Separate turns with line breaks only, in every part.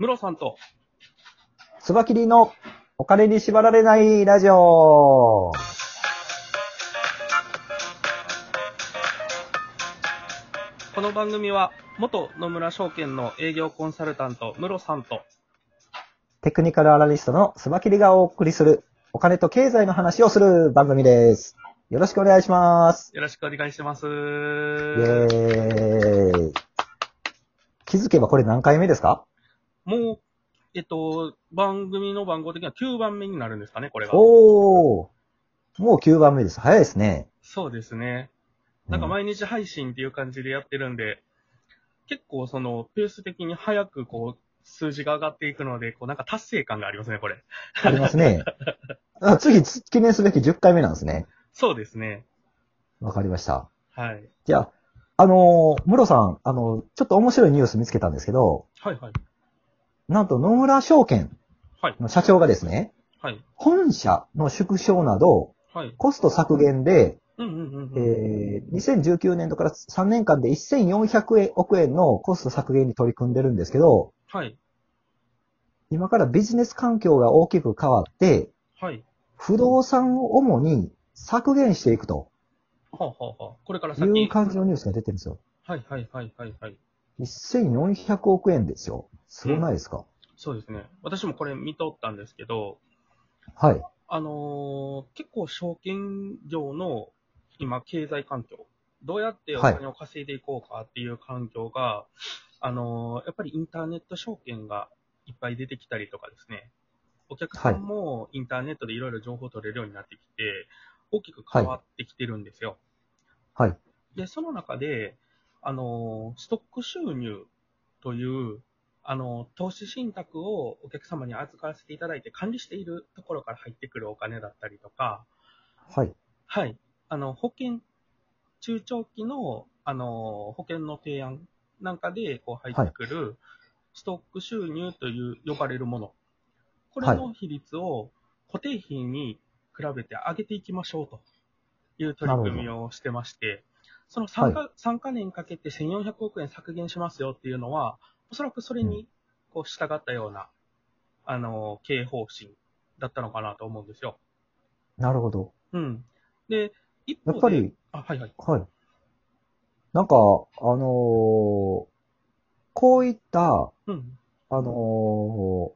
ムロさんと、
つばきりのお金に縛られないラジオ。
この番組は、元野村証券の営業コンサルタント、ムロさんと、
テクニカルアナリストのつばきりがお送りするお金と経済の話をする番組です。よろしくお願いします。
よろしくお願いします。
イェーイ。気づけばこれ何回目ですか
もう、えっと、番組の番号的には9番目になるんですかね、これが。
おー。もう9番目です。早いですね。
そうですね。なんか
うん
毎日配信っていう感じでやってるんで、結構その、ペース的に早くこう、数字が上がっていくので、こうなんか達成感がありますね、これ。
あります ね。あ次、つ記念すべき10回目なんですね。
そうですね。
わかりました。
はい。
じゃあ、あのー、ムロさん、あの、ちょっと面白いニュース見つけたんですけど、
はいはい。
なんと野村証券
はい。
の社長がですね、
はい。
本社の縮小など、
はい。
コスト削減で、
うんうんうん
え
うん。
ー2019年度から3年間で1400億円のコスト削減に取り組んでるんですけど、
はい。
今からビジネス環境が大きく変わって、
はい。
不動産を主に削減していくと
はあ、はあはあ、これから
い
先。
う感じのニュースが出てるんですよ。
はいはいはいはいはい。
1400億円ですよ。すごないですか、
そうですね。私もこれ見とったんですけど、
はい。
あのー結構証券業の今経済環境、どうやってお金を稼いでいこうかっていう環境が、あのーやっぱりインターネット証券がいっぱい出てきたりとかですね、お客さんもインターネットでいろいろ情報取れるようになってきて、大きく変わってきてるんですよ。
はい。
で、その中で、あのーストック収入という、あのー投資信託をお客様に預からせていただいて管理しているところから入ってくるお金だったりとか、
はい。
はい。あの、保険、中長期の、あの、保険の提案なんかで、こう、入ってくる、ストック収入という、呼ばれるもの。これの比率を固定費に比べて上げていきましょうという取り組みをしてまして、その3か、三か年かけて1400億円削減しますよっていうのは、おそらくそれに、こう、従ったような、あの、経営方針だったのかなと思うんですよ。
なるほど。
うん。で、一方
や
で、
っぱり、
あ、はいはい。
はい。なんか、あのーこういった、
うん。
あのー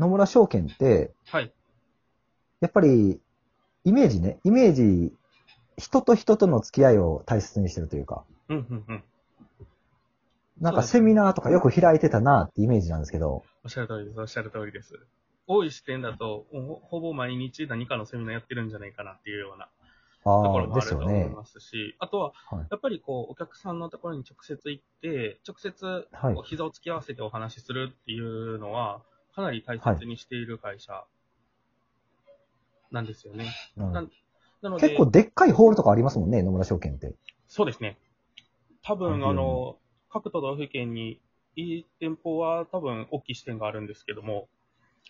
野村証券って、
はい。
やっぱり、イメージね、イメージ、人と人との付き合いを大切にしてるというか、
うん、うん、うん。
なん
そう
か
です
セミナーとかよく開いてたなってイメージなんですけど、
おっしゃる通りです、おっしゃる通りです。多い視点だと、ほほぼ毎日何かのセミナーやってるんじゃないかなっていうようなところ
ああ、
もあ
で
る
す
と
よ
思い
ね。
ますし、あとは
はい、
やっぱりこう、お客さんのところに直接行って、直接、
はい
こう膝を突き合わせてお話しするっていうのは、かなり大切にしている会社なんですよね。
うん
なんなので、
結構でっかいホールとかありますもんね、野村証券って。
そうですね。多分、
はい
あの、各都道府県に、いい店舗は多分大きい支店があるんですけども、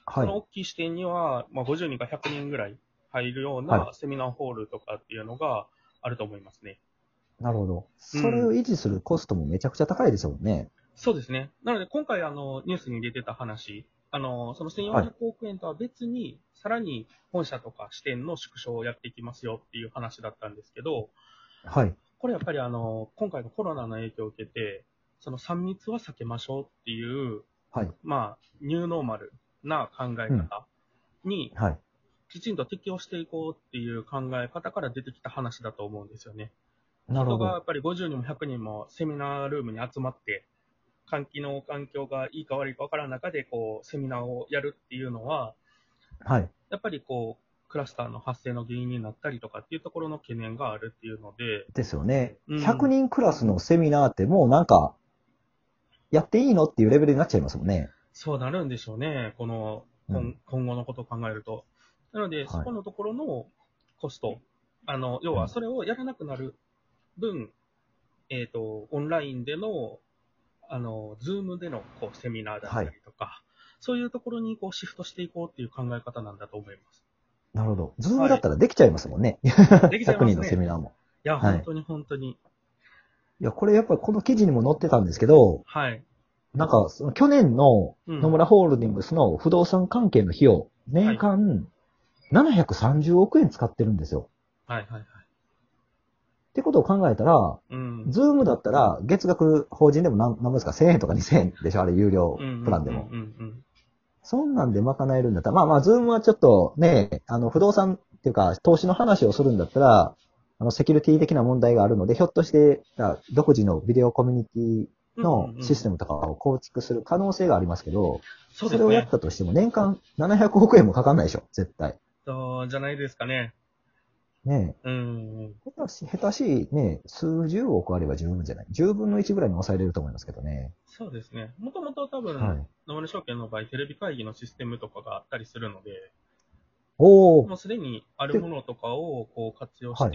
は
その
い。
大きい支店には、まあ、50人か100人ぐらい入るよう
は
なセミナーホールとかっていうのがあると思いますね。
なるほど。
うん
それを維持するコストもめちゃくちゃ高いでしょうね。
そうですね。なので、今回、あの、ニュースに出てた話、あの、その1400億円とは別に、さらに本社とか支店の縮小をやっていきますよっていう話だったんですけど、
はい。
これやっぱりあの、今回のコロナの影響を受けて、その3密は避けましょうっていう、
はい。
まあ、ニューノーマルな考え方に、
はい。
きちんと適応していこうっていう考え方から出てきた話だと思うんですよね。
なるほ
人がや
ど。
っぱり50人も100人もセミナールームに集まって、換気の環境がいいか悪いかわからん中で、こう、セミナーをやるっていうのは、
はい。
やっぱりこう、クラスターの発生の原因になったりとかっていうところの懸念があるっていうので、
ですよね。
うん
100人クラスのセミナーってもうなんか、やっていいのっていうレベルになっちゃいますもんね。
そうなるんでしょうね、この、こん
うん
今後のことを考えると。なので、
い
そこのところのコスト、あの要はそれをやらなくなる分、えっとオンラインでの、あの、ズームでのこうセミナーだったりとか、そういうところにこうシフトしていこうっていう考え方なんだと思います。
なるほど。ズームだったらできちゃいますもんね。
できちゃい
100
ま
人
す
の
ね。
セ
い
ミナーも。
や、
はい
本当に本当に。
いや、これやっぱりこの記事にも載ってたんですけど、
はい。
なんか、その去年の
うん
野村ホールディングスの不動産関係の費用、年間730億円使ってるんですよ。
はいはいはい。
ってことを考えたら、
うん。
ズームだったら月額法人でも何何万ですか ?1000 円とか2000円でしょあれ有料プランでも。
うんうん
そんなんで賄えるんだったら、まあまあ、ズームはちょっとね、あの、不動産っていうか、投資の話をするんだったら、あの、セキュリティ的な問題があるので、ひょっとして、あ独自のビデオコミュニテ
う
ィ
ん。
のシステ
ム。
ムとかを構築する可能性がありますけど、
そう
そ
で
れ
す
をや
ね
っ。たとしても、年間700億円もかかんないでしょ、絶対。
そうじゃないですかね。
ねえ。
うんうん。
これは下手しい、ね数十億あれば十分じゃない。10分の1ぐらいに抑えれると思いますけどね。
そうですね。もともと多分、
はい。
野村証券の場合、テレビ会議のシステムとかがあったりするので、
おー、
もうすでにあるものとかをこう活用して、
はい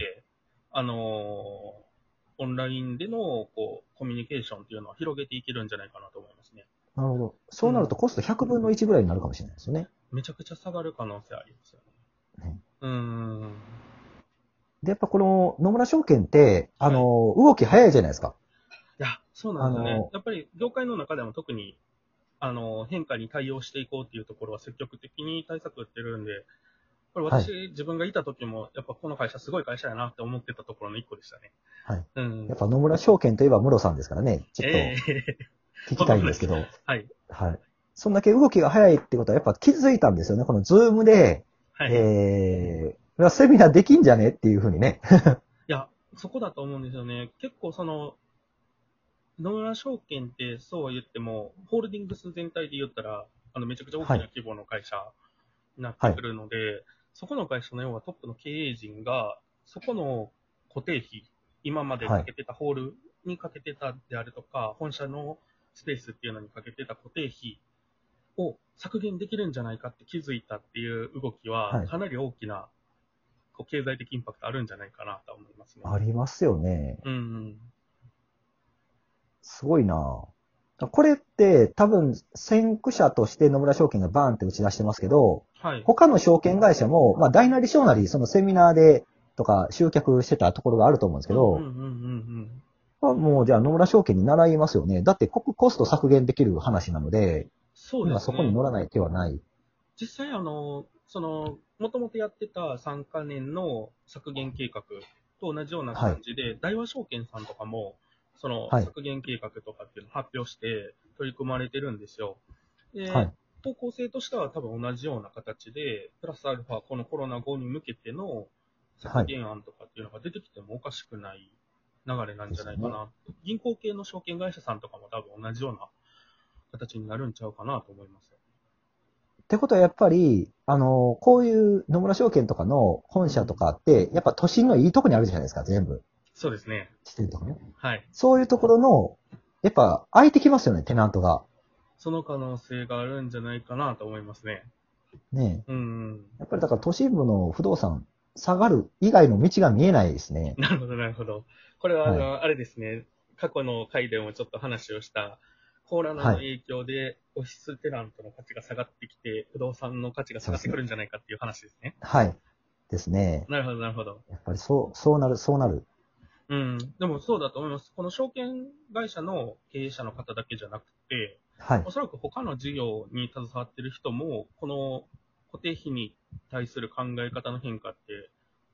あのーオンラインでのこうコミュニケーションっていうのは広げていけるんじゃないかなと思いますね。
なるほど。そうなるとコスト100分の1ぐらいになるかもしれないですよね。
めちゃくちゃ下がる可能性ありますよね。
ね
うーん。
で、やっぱこの野村証券って、あの、動き早いじゃないですか。
いや、そうなんですよね。
あの
やっぱり業界の中でも特に、あの、変化に対応していこうっていうところは積極的に対策を打ってるんで、これ私、自分がいた時も、やっぱこの会社すごい会社やなって思ってたところの一個でしたね。
はい。
うん。
やっぱ野村証券といえば室さんですからね、ちょっ
ええ
と聞きたいんですけど、
はい。
はい。そんだけ動きが早いってことはやっぱ気づいたんですよね。このズームで、
はい。
えー、セミナーできんじゃねっていうふうにね。
いや、そこだと思うんですよね。結構その、野村証券ってそうは言っても、ホールディングス全体で言ったら、あのめちゃくちゃ大きな
はい
規模の会社になってくるので、そこの会社の要はトップの経営陣が、そこの固定費、今までかけてたホールにかけてたであるとか、本社のスペースっていうのにかけてた固定費を削減できるんじゃないかって気づいたっていう動き
は
は、
い
かなり大きなこう経済的インパクトあるんじゃないかなとは思いますね。
ありますよね。
うんうん。
すごいなぁこれって多分先駆者として野村証券がバーンって打ち出してますけど、
はい。
他の証券会社も、まあ大なり小なりそのセミナーでとか集客してたところがあると思うんですけど、
うんうんうん
これはもうじゃあ野村証券に習いますよね。だってこコスト削減できる話なので、
そうで
今
す
そ
ね。
こに乗らない手はない。
実際、あの、その、もともとやってた3カ年の削減計画と同じような感じで、大和証券さんとかも、その、
はい
削減計画とかっていうのを発表して取り組まれてるんですよ。で、
はい
方向性としては多分同じような形で、プラスアルファ、このコロナ後に向けての削減案とかっていうのが出てきてもおかしくない流れなんじゃないかな。銀行系の証券会社さんとかも多分同じような形になるんちゃうかなと思いますよ。
ってことはやっぱり、あの、こういう野村証券とかの本社とかって、やっぱ都心のいいとこにあるじゃないですか、全部。
そうですね。
支店とかね。
はい。
そういうところの、やっぱ空いてきますよね、テナントが。
その可能性があるんじゃないかなと思いますね。
ねえ
うん。
やっぱりだから都心部の不動産下がる以外の道が見えないですね。
なるほど、なるほど。これは、あの、あれですね、過去の回でもちょっと話をした、コーラナの影響で、オフィステナントの価値が下がってきて、不動産の価値が下がってくるんじゃないかっていう話ですね。
はい。ですね。
なるほど、なるほど。
やっぱりそう、そうなる、そうなる。
うん。でもそうだと思います。この証券会社の経営者の方だけじゃなくて、
はい
お。そらく他の事業に携わっている人も、この固定費に対する考え方の変化って、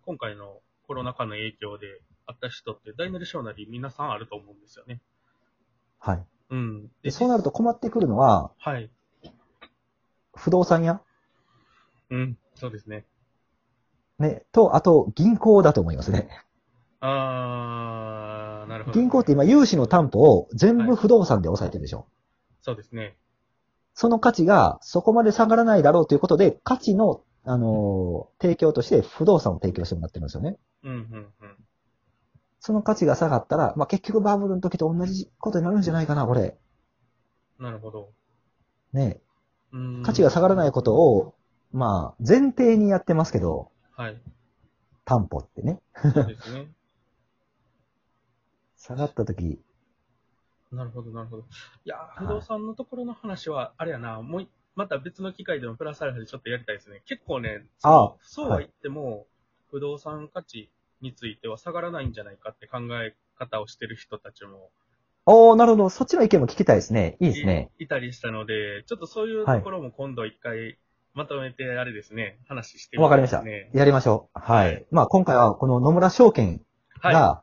今回のコロナ禍の影響であった人って、大なり小なり皆さんあると思うんですよね。
はい。
うん。
で、そうなると困ってくるのは、
はい。
不動産屋
うん。そうですね。
ね、と、あと、銀行だと思いますね。
あー、なるほど。
銀行って今、融資の担保を全
はい
部不動産で抑えてるでしょ。
そうですね。
その価値がそこまで下がらないだろうということで、価値の、あのー提供として不動産を提供してもらってるんですよね。
うん、うん、うん。
その価値が下がったら、まあ、結局バブルの時と同じことになるんじゃないかな、これ。
なるほど。
ね。
うん。
価値が下がらないことを、まあ、前提にやってますけど、
はい。
担保ってね。
そうですね。
下がった時、
なるほど、なるほど。いやー、
い
不動産のところの話は、あれやな、もうい、また別の機会でもプラスアルファでちょっとやりたいですね。結構ね、
ああ
そうは言っても、不動産価値については下がらないんじゃないかって考え方をしてる人たちも、
おー、なるほど。そっちの意見も聞きたいですね。いいですね。
いたりしたので、ちょっとそういうところも今度一回まとめて、あれですね、話してみ
わかりま
で
し
す
た
ね。。
やりましょう。は
はい
い。まあ、今回はこの野村証券
はい。
が、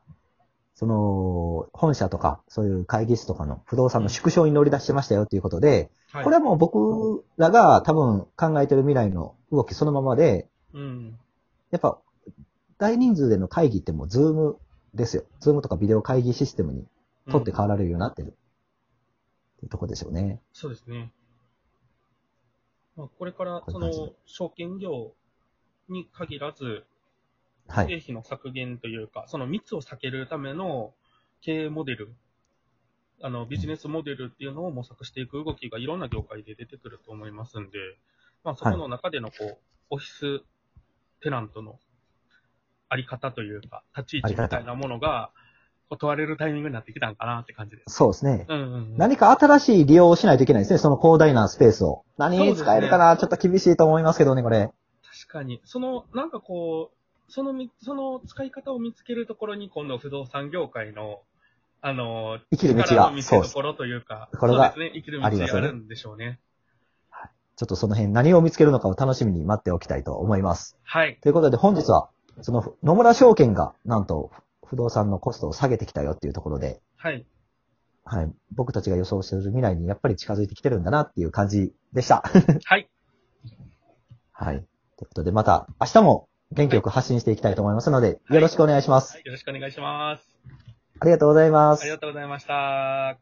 その、本社とか、そういう会議室とかの不動産の縮小に乗り出してましたよということで、
はい、
これはもう僕らが多分考えてる未来の動きそのままで、
うん。
やっぱ、大人数での会議ってもうズームですよ。ズームとかビデオ会議システムに取って
うん
変わられるようになってる。っていうとこでしょうね。
そうですね。まあ、これから、
こうい
そう
感じ
の、証券業に限らず、
はい。
経費の削減というか、その密を避けるための経営モデル、あのビジネスモデルっていうのを模索していく動きがいろんな業界で出てくると思いますんで、まあ、そこの中でのこう、オフィステナントのあり方というか、立ち位置みたいなものがこう問われるタイミングになってきたんかなって感じです。
そうですね。
うんうんうん、
何か新しい利用をしないといけないですね。その広大なスペースを。何に使えるかな、ちょっと厳しいと思いますけどね、これ。
確かに、そのなんかこう、そのみその使い方を見つけるところに、今度、不動産業界のあの
生きる道が
力の見せ所というか、
そうですこれが
そうですね、生きる
あります
道が
よ
あ
ね
るんでしょうね。
ちょっとその辺何を見つけるのかを楽しみに待っておきたいと思います。
はい、
ということで本日は、その野村証券がなんと不動産のコストを下げてきたよっていうところで、
はい、
はい、僕たちが予想している未来にやっぱり近づいてきてるんだなっていう感じでした。
はい、
はい。ということでまた明日も元気よく発信していきたいと思いますの で、よろしくお願いします。
はいよろしくお願いします。
ありがとうございます
あり。がとうございました。